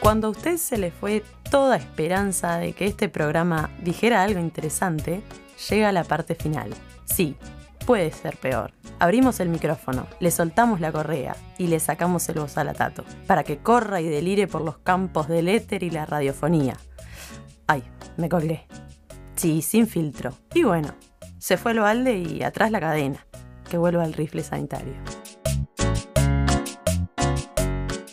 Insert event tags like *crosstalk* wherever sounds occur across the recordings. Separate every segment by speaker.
Speaker 1: Cuando a usted se le fue toda esperanza de que este programa dijera algo interesante, llega la parte final. Sí, puede ser peor. Abrimos el micrófono, le soltamos la correa y le sacamos el bozalatato, para que corra y delire por los campos del éter y la radiofonía. Ay, me colgué. Sí, sin filtro. Y bueno, se fue el balde y atrás la cadena, que vuelva al rifle sanitario.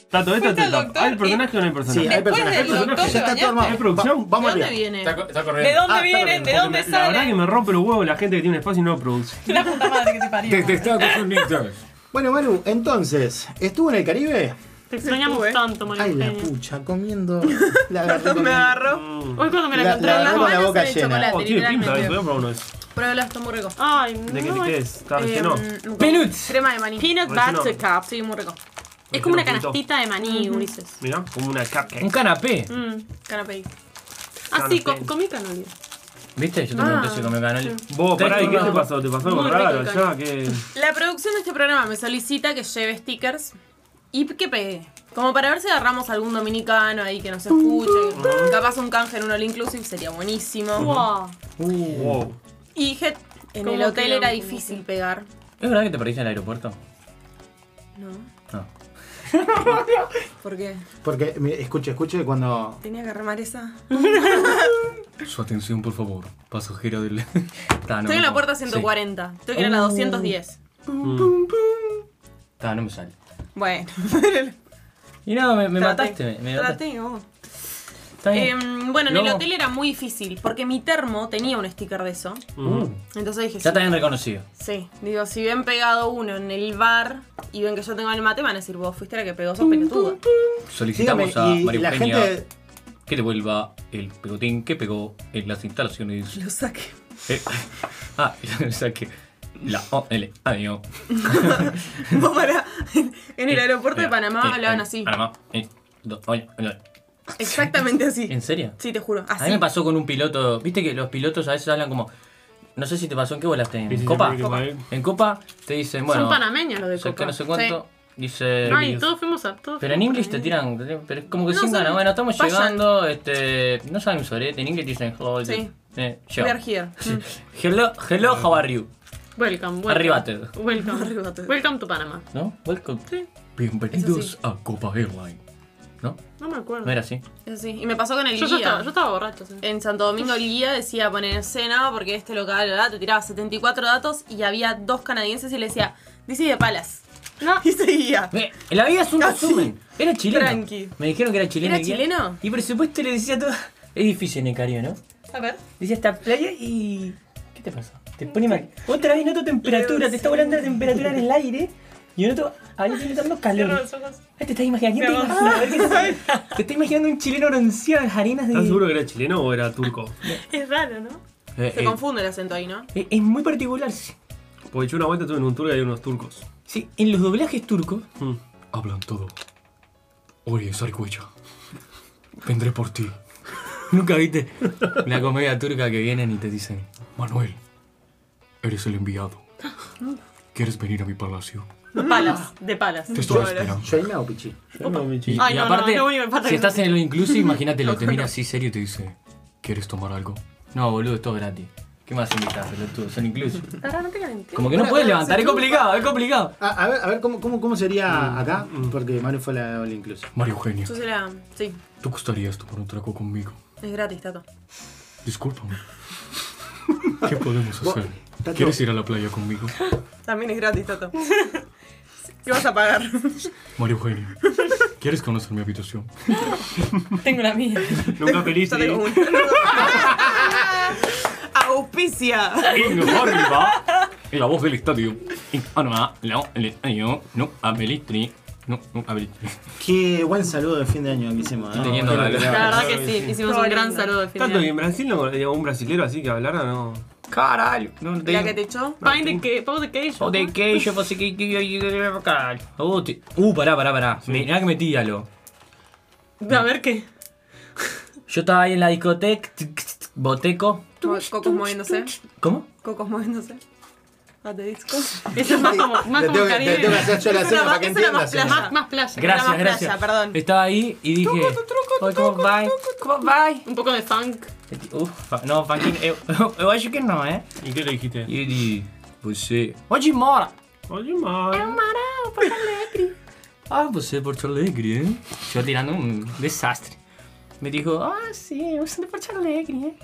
Speaker 2: Tanto esto te
Speaker 3: Fuiste al
Speaker 2: tapa.
Speaker 3: doctor
Speaker 2: ¿Hay
Speaker 3: y-
Speaker 2: personaje o no hay personaje?
Speaker 4: Sí, hay
Speaker 3: Después
Speaker 4: personajes.
Speaker 3: del
Speaker 4: Hay
Speaker 3: doctor
Speaker 4: personajes.
Speaker 3: te
Speaker 4: Está todo
Speaker 3: bañaste.
Speaker 4: armado.
Speaker 2: ¿Hay producción?
Speaker 4: Va- Vamos
Speaker 3: ¿De
Speaker 4: arriba.
Speaker 3: dónde viene?
Speaker 5: Está, co- está
Speaker 3: ¿De
Speaker 5: corriendo.
Speaker 3: dónde
Speaker 4: Ah, está
Speaker 3: vienen? ¿De
Speaker 4: bien,
Speaker 3: dónde
Speaker 2: Porque me- La verdad que
Speaker 3: salen?
Speaker 2: me rompe los huevos la gente que tiene un espacio y no produce.
Speaker 3: La puta madre que te
Speaker 5: Te,
Speaker 3: parió.
Speaker 5: te estaba
Speaker 3: *laughs*
Speaker 5: confundiendo.
Speaker 4: Bueno, Manu, entonces, ¿estuvo en el Caribe?
Speaker 6: Te extrañamos
Speaker 3: Estuve.
Speaker 6: tanto, Eh. María
Speaker 4: Ay, la
Speaker 6: Eugenia.
Speaker 4: pucha,
Speaker 6: *laughs*
Speaker 4: comiendo. La agarré
Speaker 3: Me
Speaker 4: comiendo.
Speaker 3: agarró.
Speaker 6: Hoy cuando me la,
Speaker 4: La-
Speaker 6: encontré
Speaker 4: la-
Speaker 6: en la
Speaker 4: con
Speaker 6: boca-
Speaker 4: boca
Speaker 3: de
Speaker 4: llena.
Speaker 3: chocolate,
Speaker 2: Oh, tiene pinta de eso, voy a
Speaker 3: literalmente.
Speaker 2: probar uno de esos.
Speaker 3: Pruébalo, está muy rico.
Speaker 6: Ay, no. em,
Speaker 2: ¿De qué, de qué es? ¿Está
Speaker 3: Ah, Eh,
Speaker 2: relleno?
Speaker 3: nunca-
Speaker 5: Peanuts.
Speaker 3: Crema de maní.
Speaker 6: Peanut
Speaker 2: Relleno.
Speaker 6: butter cup.
Speaker 3: Sí, muy rico.
Speaker 6: Es como una
Speaker 2: Relleno frito.
Speaker 6: canastita de maní, Ulises.
Speaker 2: Mirá, como una
Speaker 5: Un
Speaker 2: cupcake.
Speaker 5: canapé.
Speaker 6: Mm.
Speaker 3: Canapé.
Speaker 6: Ah, sí, co-
Speaker 2: Canapé.
Speaker 6: comí canapé.
Speaker 5: ¿Viste? Yo te pregunté
Speaker 3: Ah.
Speaker 5: si comió canales.
Speaker 2: Vos, pará, ¿y qué te
Speaker 5: Tengo-
Speaker 2: pasó? ¿Te pasó algo
Speaker 3: Muy rico
Speaker 2: raro
Speaker 3: el
Speaker 2: allá? ¿Qué?
Speaker 3: La producción de este programa me solicita que lleve stickers y que pegue. Como para ver si agarramos algún dominicano ahí que nos escuche. Capaz un canje en un All Inclusive sería buenísimo.
Speaker 6: Wow.
Speaker 4: Uh,
Speaker 2: Wow.
Speaker 3: Y dije, en
Speaker 6: ¿Cómo
Speaker 3: el hotel
Speaker 6: que
Speaker 3: era
Speaker 6: no?
Speaker 3: difícil pegar.
Speaker 5: ¿Es verdad que te perdiste en el aeropuerto?
Speaker 3: ¿No?
Speaker 5: No.
Speaker 3: ¿Por qué?
Speaker 4: Porque, mire, escuche, escuche, cuando.
Speaker 3: Tenía que remar esa.
Speaker 5: Su atención, por favor. Pasajero *laughs* del. Ta, no
Speaker 3: Estoy en
Speaker 5: me-
Speaker 3: la puerta
Speaker 5: sí.
Speaker 3: 140. Estoy que era la
Speaker 5: Oh.
Speaker 3: 210.
Speaker 5: Ta, no me sale.
Speaker 3: Bueno.
Speaker 5: Y nada, me, me
Speaker 3: Traté.
Speaker 5: mataste. Me, me mataste.
Speaker 3: Traté, oh.
Speaker 5: Está bien.
Speaker 3: Em, bueno, en el
Speaker 5: Luego-
Speaker 3: hotel era muy difícil porque mi termo tenía un sticker de eso.
Speaker 4: uh,
Speaker 6: Uh.
Speaker 2: Mm.
Speaker 3: Entonces dije,
Speaker 5: Ya
Speaker 3: sí,
Speaker 5: está bien reconocido.
Speaker 3: Sí, digo, si ven pegado uno en el bar y ven que yo tengo el mate, van a decir, vos fuiste la que pegó, sos pelotuda.
Speaker 5: Solicitamos
Speaker 4: Dígame,
Speaker 5: a María
Speaker 4: la
Speaker 5: Eugenia
Speaker 4: gente.
Speaker 5: que devuelva el pegotín que pegó en
Speaker 3: *laughs*
Speaker 5: las instalaciones.
Speaker 3: Lo saqué.
Speaker 5: Eh, *laughs* ah, o sea que. La OL. Adiós.
Speaker 3: Vos pará. En el aeropuerto de
Speaker 5: Mira,
Speaker 3: Panamá
Speaker 5: eh,
Speaker 3: hablaban
Speaker 5: eh,
Speaker 3: así.
Speaker 5: Panamá. eh, do- oye, oye.
Speaker 3: Exactamente así.
Speaker 5: ¿En serio?
Speaker 3: Sí, te juro.
Speaker 5: A mí
Speaker 3: Así.
Speaker 5: me pasó con un piloto. Viste que los pilotos a veces hablan como. No sé si te pasó en qué volaste.
Speaker 2: Sí,
Speaker 5: ¿En
Speaker 2: sí,
Speaker 5: Copa?
Speaker 2: sí,
Speaker 3: Copa.
Speaker 2: sí.
Speaker 5: En Copa te dicen, bueno.
Speaker 6: Son panameños los de
Speaker 5: sé
Speaker 6: Copa.
Speaker 5: que no sé cuánto. Dice.
Speaker 6: Ay, todos fuimos a todos.
Speaker 5: Pero en
Speaker 6: fuimos
Speaker 5: inglés te
Speaker 6: panameños.
Speaker 5: tiran. te- Pero es como que
Speaker 3: No,
Speaker 5: sin
Speaker 3: son-
Speaker 5: ganas. Bueno, estamos
Speaker 3: vayan.
Speaker 5: llegando. Este. No saben un sorete. En inglés dicen hello.
Speaker 3: Sí.
Speaker 5: eh, yo.
Speaker 3: We are
Speaker 5: *laughs*
Speaker 3: here.
Speaker 5: Sí. Hello, hello, how are you?
Speaker 6: Welcome, welcome.
Speaker 5: Arribate.
Speaker 6: Welcome.
Speaker 3: Arribate.
Speaker 6: Welcome to Panamá.
Speaker 5: ¿No? Welcome.
Speaker 6: Sí.
Speaker 5: Bienvenidos
Speaker 3: Eso
Speaker 5: a Copa Airline. ¿No?
Speaker 6: No me acuerdo.
Speaker 5: No era así.
Speaker 3: Eso sí. Y me pasó con el
Speaker 6: yo, yo,
Speaker 3: guía.
Speaker 6: estaba, yo estaba borracho. sí.
Speaker 3: En Santo Domingo el guía decía poner cena porque este local ¿verdad? te tiraba 74 datos y había dos canadienses y le decía, dice de palas.
Speaker 6: No.
Speaker 3: *laughs* Y seguía.
Speaker 5: Eh, La vida es un resumen. Era chileno.
Speaker 3: Ah, Tranqui.
Speaker 5: Me dijeron que era chileno.
Speaker 3: ¿Era
Speaker 5: y que-
Speaker 3: chileno?
Speaker 5: Y por supuesto le decía todo. Es difícil en el Caribe, ¿no?
Speaker 3: A ver.
Speaker 5: Dice hasta playa y. ¿Qué te pasa? Te pone mal. Otra vez noto temperatura, te está volando la temperatura en el aire. Y yo noto. Ahí estoy notando calor. Ah, te estás imaginando. ¿quién te, imagina? A ver qué se- te estás imaginando un chileno bronceado en las arenas de.
Speaker 2: ¿Estás seguro que era chileno o era turco?
Speaker 6: Es raro, ¿no?
Speaker 5: Eh,
Speaker 3: Se
Speaker 5: eh,
Speaker 3: confunde el acento ahí, ¿no? *laughs*
Speaker 5: eh, es muy particular. sí.
Speaker 2: Porque yo una vuelta estuve en un tour y hay unos turcos.
Speaker 5: Sí, en los doblajes turcos.
Speaker 2: Mm.
Speaker 7: Hablan todo. Oye, Sarcuecha. Vendré por ti.
Speaker 5: *laughs* Nunca viste una comedia turca que vienen y te dicen.
Speaker 7: Manuel, eres el enviado. ¿Quieres venir a mi palacio?
Speaker 3: Palas. De palas.
Speaker 7: Te estoy esperando.
Speaker 4: Yo ahí me hago pichí.
Speaker 5: Y,
Speaker 6: Ay,
Speaker 5: y
Speaker 6: no, no,
Speaker 5: aparte,
Speaker 6: es lo único que
Speaker 5: si
Speaker 6: falta que-
Speaker 5: estás en lo
Speaker 6: *laughs*
Speaker 5: inclusive, imagínatelo, te mira así serio y te
Speaker 7: Te
Speaker 5: dice,
Speaker 7: dice, ¿quieres tomar algo?
Speaker 5: no, boludo, esto es gratis. ¿Qué más invitas, pelotudo? Son inclusive.
Speaker 6: Ahora no te calenté.
Speaker 5: Como que no puedes levantar, es complicado, es complicado.
Speaker 4: A, Ah, a ver, a ver ¿cómo, cómo, cómo
Speaker 5: Mm,
Speaker 4: sería acá? Porque Manu fue la All Inclusive.
Speaker 7: Mario Eugenia,
Speaker 3: Yo se la. Sí,
Speaker 7: ¿tú gustarías tomar un trago conmigo?
Speaker 3: es gratis, Tato.
Speaker 7: Discúlpame. ¿Qué podemos
Speaker 4: Vos-
Speaker 7: hacer?
Speaker 4: Tato.
Speaker 7: ¿Quieres ir a la playa conmigo?
Speaker 3: También es gratis, *laughs* Tato. ¿Qué vas a pagar? *laughs*
Speaker 7: Mario Eugenia, ¿quieres conocer mi habitación?
Speaker 6: Tengo la mía.
Speaker 2: Nunca feliz.
Speaker 3: *laughs* Yo tengo una. *laughs* Auspicia.
Speaker 5: Ingorba, la voz del estadio.
Speaker 7: Ah,
Speaker 5: Ingorba, la voz del estadio. No, Abelitri. No, no,
Speaker 7: ah,
Speaker 5: Abelitri.
Speaker 4: Qué buen saludo de fin de año que hicimos. ¿eh? ¿no?
Speaker 5: Teniendo
Speaker 4: Creo
Speaker 5: la-
Speaker 4: que-
Speaker 6: La verdad que sí, hicimos un
Speaker 3: Todo
Speaker 6: gran
Speaker 3: lindo.
Speaker 6: saludo de
Speaker 2: Tanto que
Speaker 6: final.
Speaker 2: en Brasil no había un brasilero así que hablara, no.
Speaker 5: Caralho. No
Speaker 3: La que te echó.
Speaker 6: Find the ca- Pau de Cage.
Speaker 5: O de que yo pasé que yo yo caralho. Oh, te- Uh, pará, pará, pará. Mirá que metíalo.
Speaker 6: A ver qué.
Speaker 5: Yo estaba ahí en la discoteca, tic, tic, tic, boteco.
Speaker 3: Cocos moviéndose.
Speaker 5: ¿Cómo?
Speaker 3: Cocos moviéndose. a The Ah, Disco.
Speaker 6: Eso es más como, más
Speaker 8: Te
Speaker 6: como
Speaker 8: tengo, que- te
Speaker 6: Caribe.
Speaker 8: tengo que hacer yo la
Speaker 3: Es
Speaker 8: cena
Speaker 3: una-
Speaker 8: para que
Speaker 3: es una
Speaker 4: ¿eh?
Speaker 8: entiendas.
Speaker 3: más
Speaker 8: señora.
Speaker 6: Más, más playa.
Speaker 3: Era
Speaker 5: Gracias,
Speaker 3: más
Speaker 5: gracias.
Speaker 3: playa, perdón.
Speaker 5: Estaba ahí y dije. "Oi, como vai? Como vai?
Speaker 6: Un poco de funk.
Speaker 5: Ufa, eh, não, funkin, *laughs* eu, eu acho que não, é?
Speaker 2: ¿Y qué le dijiste?
Speaker 5: E ele. Você. Onde mora?
Speaker 2: Oye, mal.
Speaker 3: oh,
Speaker 5: *laughs* Ah, você é Porto Alegre, hein? Deixa eu tirar num desastre. Me dijo, ah, sim, eu sou de Porto Alegre, hein?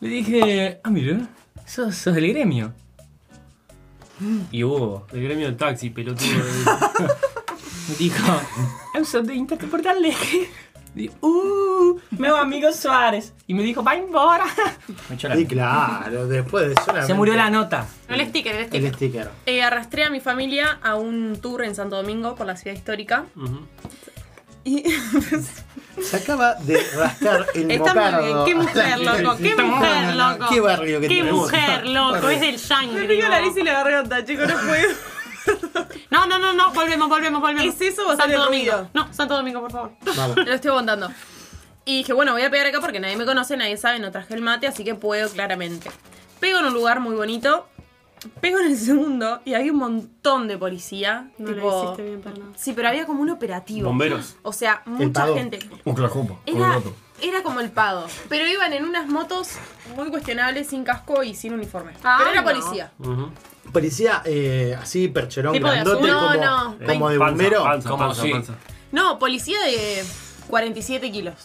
Speaker 5: Le dije, ah, mira, sos, sos del gremio. E eu.
Speaker 2: El gremio del taxi,
Speaker 3: *laughs*
Speaker 2: pelotudo.
Speaker 5: Me dijo, eu sou do Inter de Porto Alegre. E, uh, meu amigo Soares. E me dijo, vai embora. Me echó la
Speaker 4: Sí, claro, después de solamente.
Speaker 5: Se murió la nota.
Speaker 3: No el sticker, el sticker.
Speaker 4: El sticker.
Speaker 3: Eh, arrastré a mi familia a un tour en Santo Domingo por la ciudad histórica.
Speaker 6: Mm.
Speaker 2: Ujú.
Speaker 3: Y
Speaker 4: Se acaba de rascar el
Speaker 6: Está muy bien.
Speaker 4: mocardo.
Speaker 6: Qué mujer, loco. Qué mujer, loco.
Speaker 4: Qué barrio que
Speaker 6: Qué
Speaker 4: tenemos.
Speaker 6: mujer, loco. Es del
Speaker 3: me
Speaker 6: shangri.
Speaker 3: río la nariz y la garganta, chicos, no puedo.
Speaker 6: No, no, no, no. Volvemos, volvemos, volvemos.
Speaker 3: ¿Es eso o sale
Speaker 6: Santo
Speaker 3: ruido?
Speaker 6: Domingo. No, Santo Domingo, por favor.
Speaker 3: *laughs* Lo estoy contando. Y dije, bueno, voy a pegar acá porque nadie me conoce, nadie sabe, no traje el mate, así que puedo claramente. Pego en un lugar muy bonito, pego en el segundo y había un montón de policía.
Speaker 6: No
Speaker 3: tipo-
Speaker 6: lo hiciste bien, perdón.
Speaker 3: Sí, pero había como un operativo.
Speaker 2: eh. Bomberos.
Speaker 3: O sea, mucha
Speaker 4: Pago.
Speaker 3: gente.
Speaker 7: Oklahoma,
Speaker 3: Era,
Speaker 7: Colorado.
Speaker 3: era como el pago. Pero iban en unas motos muy cuestionables, sin casco y sin uniforme.
Speaker 6: Ah,
Speaker 3: pero era
Speaker 6: no.
Speaker 3: policía.
Speaker 2: Ujú.
Speaker 4: Parecía eh, así, percherón,
Speaker 6: Tipo de
Speaker 4: grandote,
Speaker 6: azul.
Speaker 3: No,
Speaker 4: como,
Speaker 3: no.
Speaker 4: como de
Speaker 2: Panza,
Speaker 4: bombero.
Speaker 2: Panza,
Speaker 5: Como
Speaker 2: panza,
Speaker 5: sí.
Speaker 2: panza.
Speaker 3: No, policía de 47 kilos.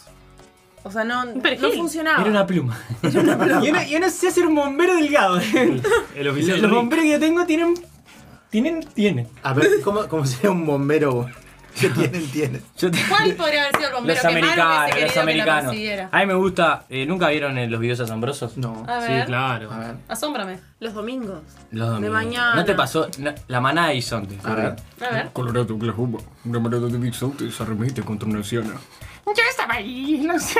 Speaker 3: O sea, no, no
Speaker 6: perejil.
Speaker 3: funcionaba.
Speaker 5: Era una pluma. Yo, no, yo no sé hacer un bombero delgado.
Speaker 2: El oficial Rick.
Speaker 5: Los bomberos que yo tengo tienen. Tienen, tienen.
Speaker 4: A ver, ¿cómo, cómo sería un bombero? ¿Qué tienen, tienen?
Speaker 5: Yo te-
Speaker 3: ¿Cuál podría haber sido el bombero
Speaker 5: Los
Speaker 3: que malo
Speaker 5: americanos,
Speaker 3: hubiese
Speaker 5: los
Speaker 3: querido que la
Speaker 5: americanos.
Speaker 3: persiguiera?
Speaker 5: A mí me gusta. eh, ¿Nunca vieron eh, los videos asombrosos?
Speaker 4: No.
Speaker 6: A
Speaker 2: Sí,
Speaker 6: ver.
Speaker 2: claro.
Speaker 4: A ver.
Speaker 6: Asómbrame.
Speaker 3: Los domingos.
Speaker 5: Los domingos.
Speaker 3: mañana.
Speaker 5: ¿No te pasó No, la manada de bisontes?
Speaker 4: A ver.
Speaker 6: A ver.
Speaker 7: Colorado, Oklahoma. Una manada de bisontes se arremete contra una anciana.
Speaker 6: Yo estaba ahí, no sé.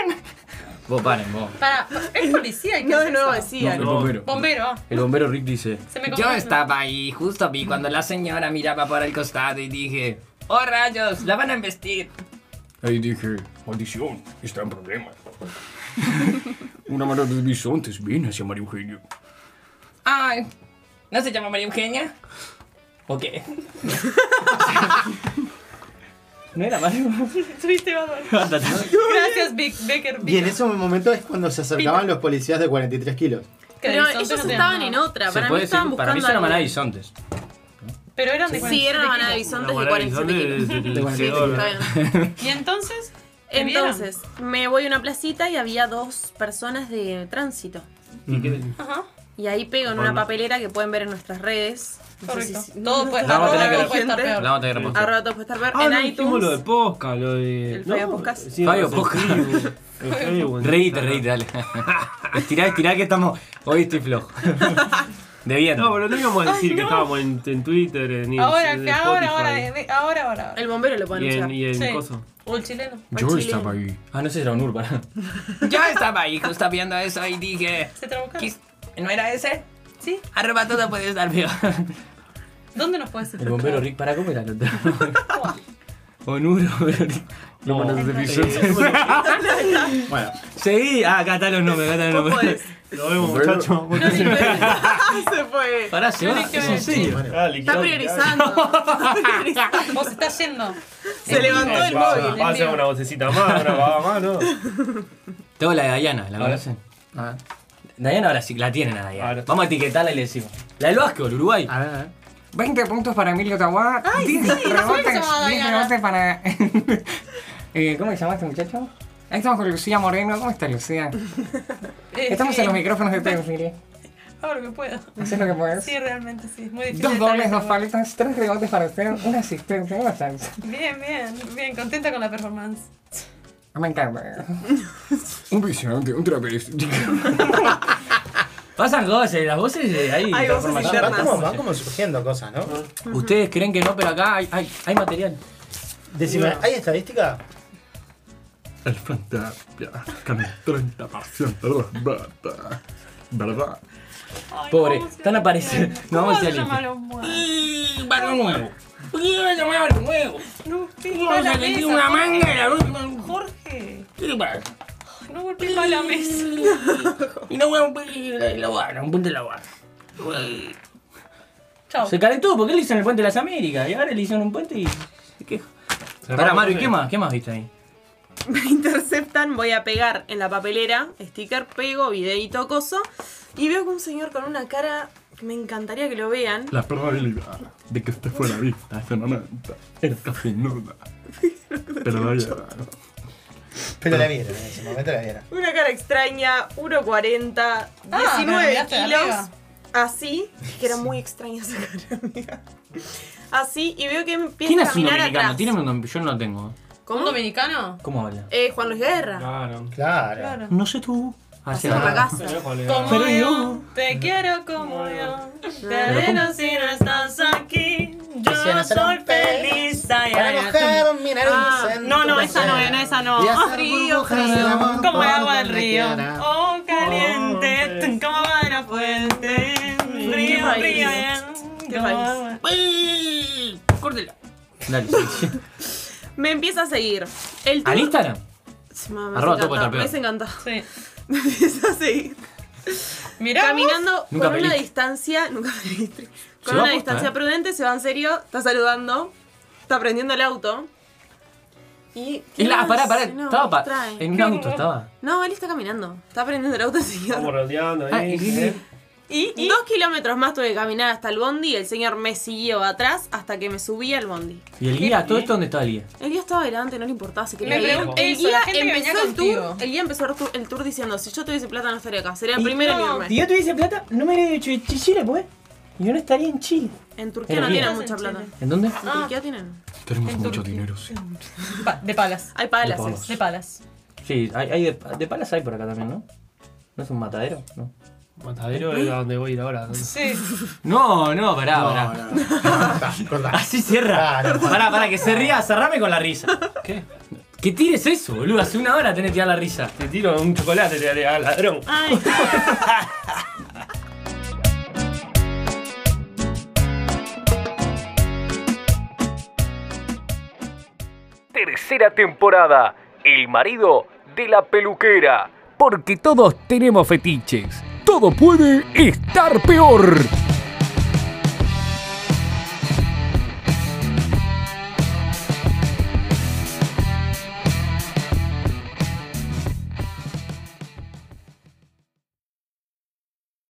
Speaker 5: Vos paren, vos.
Speaker 6: Para, es policía. ¿y qué
Speaker 3: No,
Speaker 6: es
Speaker 3: no,
Speaker 6: eso?
Speaker 3: decía.
Speaker 7: El
Speaker 2: No.
Speaker 7: bombero.
Speaker 6: Bombero.
Speaker 5: El bombero Rick dice.
Speaker 6: Se me
Speaker 5: Yo
Speaker 6: confunde.
Speaker 5: estaba ahí, justo vi cuando la señora miraba para el costado y dije. ¡Oh rayos! ¡La van a embestir!
Speaker 7: Ahí dije, maldición, está en problemas. Una manada de bisontes viene hacia María Eugenia.
Speaker 5: ¡Ay! ¿No se llama María Eugenia? ¿O qué? *laughs* no era María
Speaker 6: Subiste, vamos.
Speaker 5: Eugenia.
Speaker 6: Gracias, Big Becker.
Speaker 4: Y en ese momento es cuando se acercaban los policías de 43 kilos.
Speaker 3: Pero ellos estaban en otra. Para mí estaban buscando.
Speaker 5: Para mí es una
Speaker 3: algo.
Speaker 5: manada de bisontes.
Speaker 6: Pero eran de
Speaker 3: Sí, era una
Speaker 6: 47
Speaker 3: manada de
Speaker 6: kilos.
Speaker 2: La
Speaker 3: bisontes de
Speaker 2: guarda
Speaker 3: 47
Speaker 2: bisonte es
Speaker 3: kilos.
Speaker 2: el
Speaker 4: De 47
Speaker 2: vencedor.
Speaker 3: Está
Speaker 6: *laughs*
Speaker 3: bien.
Speaker 6: Y entonces. ¿te vieron?
Speaker 3: Entonces, me voy a una placita y había dos personas de tránsito.
Speaker 2: ¿Y qué-
Speaker 6: Ajá.
Speaker 3: Y ahí pego en
Speaker 2: Bueno.
Speaker 3: una papelera que pueden ver en nuestras redes. No sé
Speaker 6: Correcto.
Speaker 3: si-
Speaker 6: Todo puede,
Speaker 5: La vamos a tener
Speaker 6: arroba
Speaker 5: que-
Speaker 6: todo puede estar
Speaker 5: La
Speaker 6: peor.
Speaker 5: vamos a tener que repostar.
Speaker 3: Arroba todo puede estar ver
Speaker 2: Ah, no
Speaker 3: en
Speaker 2: dijimos
Speaker 3: iTunes.
Speaker 2: lo de Posca, lo de.
Speaker 3: El Fabio Podcast.
Speaker 2: sí,
Speaker 5: Fabio
Speaker 2: el
Speaker 5: Podcast.
Speaker 2: Facebook, el Facebook.
Speaker 5: Reíte, reíte, dale. estirá, estirá que estamos. Hoy
Speaker 3: *laughs*
Speaker 5: estoy flojo. Debiendo.
Speaker 2: No, pero no íbamos a decir que estábamos en, en Twitter, en, Instagram,
Speaker 6: Ahora,
Speaker 2: en
Speaker 6: que ahora, ahora,
Speaker 2: Spotify,
Speaker 6: de- de- ahora, ahora. ahora.
Speaker 3: El bombero lo puede
Speaker 2: Y en,
Speaker 3: anunciar.
Speaker 2: y en
Speaker 6: Sí.
Speaker 2: coso.
Speaker 6: O el chileno.
Speaker 7: Yo estaba ahí.
Speaker 5: Ah, no sé si era un urbano. Yo estaba ahí, justo viendo eso y dije.
Speaker 6: ¿Se trabuca?
Speaker 5: "Quis- ¿No era ese?
Speaker 6: Sí.
Speaker 5: Arroba todo puede estar peor.
Speaker 6: ¿Dónde nos puedes
Speaker 5: El
Speaker 6: encontrar?
Speaker 5: bombero Rick, ¿para cómo era el otro? Onuro, pero Rick.
Speaker 7: La manada de bisontes.
Speaker 5: *laughs*
Speaker 4: Bueno,
Speaker 5: Seguí. Ah, acá están los nombres, acá están los nombres.
Speaker 6: *laughs*
Speaker 2: Lo vemos,
Speaker 7: Bombero.
Speaker 2: muchachos.
Speaker 3: Se fue.
Speaker 5: Pará, se va.
Speaker 6: Tiene que
Speaker 5: Es
Speaker 6: ver.
Speaker 5: en serio.
Speaker 3: Está priorizando.
Speaker 6: Vos estás yendo.
Speaker 3: Se levantó el
Speaker 2: Va,
Speaker 3: móvil.
Speaker 2: va a ser una vocecita más, una va más, ¿no?
Speaker 5: Tengo la de Dayana, ¿la conocen?
Speaker 4: a ver,
Speaker 5: Ah. Dayana ahora sí, la tienen a Dayana.
Speaker 2: Ahora.
Speaker 5: Vamos a etiquetarla y le decimos. La del básquetbol, Uruguay.
Speaker 4: a ver, a ver.
Speaker 5: 20 puntos para Emilio Tahuá. 10 rebotes, 10 rebotes para. *laughs* Eh, ¿Cómo se llama este muchacho? Ahí estamos con Lucía Moreno. ¿Cómo está Lucía? Estamos en los micrófonos de Teofili.
Speaker 6: Ahora que puedo.
Speaker 5: Haces lo que puedes.
Speaker 6: Sí, realmente sí. Es muy difícil.
Speaker 5: Dos
Speaker 6: de
Speaker 5: dobles,
Speaker 6: saber
Speaker 5: dos
Speaker 6: cómo-
Speaker 5: paletas, tres rebotes para usted, una asistencia, una salsa.
Speaker 6: Bien, bien, bien. Contenta con la performance.
Speaker 5: Me encanta.
Speaker 7: Un visitante, un travesti.
Speaker 5: Pasan cosas, las voces eh, ahí.
Speaker 3: Hay voces
Speaker 5: transforman-
Speaker 3: internas.
Speaker 5: Van como- van
Speaker 4: como surgiendo cosas, ¿no?
Speaker 5: como- Ustedes creen que no, pero acá hay, hay, hay material.
Speaker 4: Decime, ¿hay estadística?
Speaker 7: El fantasma con el 30% de los votos. ¿Verdad?
Speaker 6: Ay,
Speaker 5: Pobre,
Speaker 6: ¿cómo se
Speaker 5: están
Speaker 6: llama?
Speaker 5: apareciendo. Nos
Speaker 6: ¿Cómo
Speaker 5: vamos a
Speaker 6: se
Speaker 5: ir al
Speaker 6: llama
Speaker 5: infierno.
Speaker 6: los muertos?
Speaker 5: Barrio nuevo. Barrio nuevo.
Speaker 6: No,
Speaker 5: Vamos a elegir una manga y la última.
Speaker 6: Jorge, *laughs*
Speaker 5: Y
Speaker 6: no golpees más la mesa.
Speaker 5: no voy a un punto de la guarda.
Speaker 6: Chau.
Speaker 5: *laughs* Se calentó porque él hizo en el puente de las Américas. Y ahora le hicieron un puente y se queja. Pará, Mario, ¿y ¿qué más? ¿Qué más viste ahí?
Speaker 3: *laughs* Me interceptan, voy a pegar en la papelera, sticker, pego, videíto, coso. Y veo que un señor con una cara que me encantaría que lo vean.
Speaker 7: La probabilidad de que esté fuera vista es enorme. Era casi nula. Pero no había.
Speaker 8: Pero
Speaker 4: Ah.
Speaker 8: la vieron, en ese momento la vieron.
Speaker 3: Una cara extraña, 1,40,
Speaker 6: Ah, me
Speaker 3: 19
Speaker 6: miraste de
Speaker 3: kilos.
Speaker 6: arriba.
Speaker 3: Así, que era muy extraña esa cara, *laughs* amiga. Así, y veo que empieza
Speaker 5: ¿Quién
Speaker 3: a
Speaker 5: es un
Speaker 3: caminar
Speaker 5: dominicano?
Speaker 3: atrás.
Speaker 5: Tírame un dom- Yo no lo tengo.
Speaker 6: ¿Un
Speaker 3: ¿Cómo?
Speaker 6: dominicano?
Speaker 5: ¿Cómo habla?
Speaker 3: Eh, Juan Luis Guerra.
Speaker 2: Claro.
Speaker 8: Claro.
Speaker 6: Claro.
Speaker 5: No sé tú. Hacia
Speaker 2: Ah.
Speaker 3: Haciendo
Speaker 5: acá.
Speaker 3: pacazo.
Speaker 6: Como
Speaker 5: Pero
Speaker 6: yo,
Speaker 5: yo-
Speaker 6: te quiero como yo. Te adoro si no estás aquí. Yo
Speaker 8: Quisiera ser
Speaker 6: soy
Speaker 8: un pez
Speaker 6: feliz. ay,
Speaker 8: Para
Speaker 6: ay, ay.
Speaker 8: mojar mi nariz
Speaker 3: Ah,
Speaker 8: en
Speaker 6: no,
Speaker 8: tu
Speaker 6: no, esa no,
Speaker 8: pecera.
Speaker 6: no, esa no.
Speaker 8: Y hacer
Speaker 3: Frío,
Speaker 8: burbujas
Speaker 3: frío.
Speaker 8: de amor
Speaker 6: Como
Speaker 8: por
Speaker 6: agua del
Speaker 8: donde
Speaker 6: río,
Speaker 8: quiera.
Speaker 6: oh caliente,
Speaker 2: Oh,
Speaker 6: como agua de la fuente, río,
Speaker 3: Mm, país.
Speaker 6: río,
Speaker 3: Qué
Speaker 6: como
Speaker 3: país.
Speaker 6: agua.
Speaker 5: Córtela. Dale, sí, sí.
Speaker 3: *laughs* Me empieza a seguir. El
Speaker 5: ¿Al
Speaker 3: tipo-
Speaker 5: Instagram?
Speaker 3: Sí, mamá, me
Speaker 5: Arroba
Speaker 3: encanta, *laughs*
Speaker 5: Topo Tarpeo.
Speaker 3: Me hubiese encantado.
Speaker 6: Sí.
Speaker 3: Me empieza a seguir.
Speaker 6: Mirá vos.
Speaker 3: Caminando
Speaker 5: Nunca
Speaker 3: con una
Speaker 5: pediste.
Speaker 3: distancia. *laughs* Nunca pediste. Con una
Speaker 5: va posta,
Speaker 3: distancia
Speaker 5: eh.
Speaker 3: prudente, se va en serio, está saludando, está prendiendo el auto. Y.
Speaker 5: Y la, pará, pará.
Speaker 3: No,
Speaker 5: estaba pa-
Speaker 3: trae.
Speaker 5: en un auto, estaba.
Speaker 3: No, él está caminando. Está prendiendo el auto,
Speaker 2: Estamos
Speaker 3: señor.
Speaker 2: rodeando
Speaker 5: Ah,
Speaker 2: ahí.
Speaker 5: y- y-
Speaker 2: ¿eh?
Speaker 3: Y, dos kilómetros más tuve que caminar hasta el bondi. Y el señor me siguió atrás hasta que me subí al bondi.
Speaker 5: ¿Y el guía? ¿Todo esto dónde está el guía?
Speaker 3: El guía estaba adelante, no le importaba, se quería
Speaker 6: Me
Speaker 3: ir.
Speaker 6: pregunto
Speaker 3: el
Speaker 6: eso,
Speaker 3: guía
Speaker 6: la gente que
Speaker 3: empezó
Speaker 6: venía
Speaker 3: el tour.
Speaker 6: contigo.
Speaker 3: El guía empezó el tour, el tour diciendo, si yo tuviese plata no estaría acá. Sería el
Speaker 5: Y-
Speaker 3: primero en
Speaker 5: no,
Speaker 3: irme.
Speaker 5: Si yo tuviese plata, no me hubiera hecho de Chile, pues. Yo no estaría en Chile.
Speaker 3: En Turquía
Speaker 5: Pero
Speaker 3: no
Speaker 5: bien.
Speaker 3: tienen mucha plata.
Speaker 5: ¿En dónde?
Speaker 3: En
Speaker 6: Ah.
Speaker 3: Turquía tienen.
Speaker 7: *laughs* Tenemos mucho dinero, sí.
Speaker 6: Pa- de palas,
Speaker 3: Hay
Speaker 5: De
Speaker 3: palaces.
Speaker 5: palos.
Speaker 6: de palas.
Speaker 5: Sí, hay, hay de, de palas hay por acá también, ¿no? ¿No es un matadero? No.
Speaker 2: Matadero es a donde voy a ir ahora.
Speaker 6: Sí.
Speaker 5: No, no, pará,
Speaker 8: No,
Speaker 5: pará.
Speaker 8: no, no. *laughs* Cortá, cortá.
Speaker 5: Así cierra.
Speaker 8: Claro.
Speaker 5: Pará, pará, que se ría, cerrame con la risa.
Speaker 2: ¿Qué?
Speaker 5: ¿Qué tires eso, boludo? Hace una hora tenés que dar la risa.
Speaker 2: Te tiro un chocolate, te haré al ladrón.
Speaker 3: Ay,
Speaker 9: Tercera temporada, El marido de la peluquera. Porque todos tenemos fetiches. Todo puede estar peor.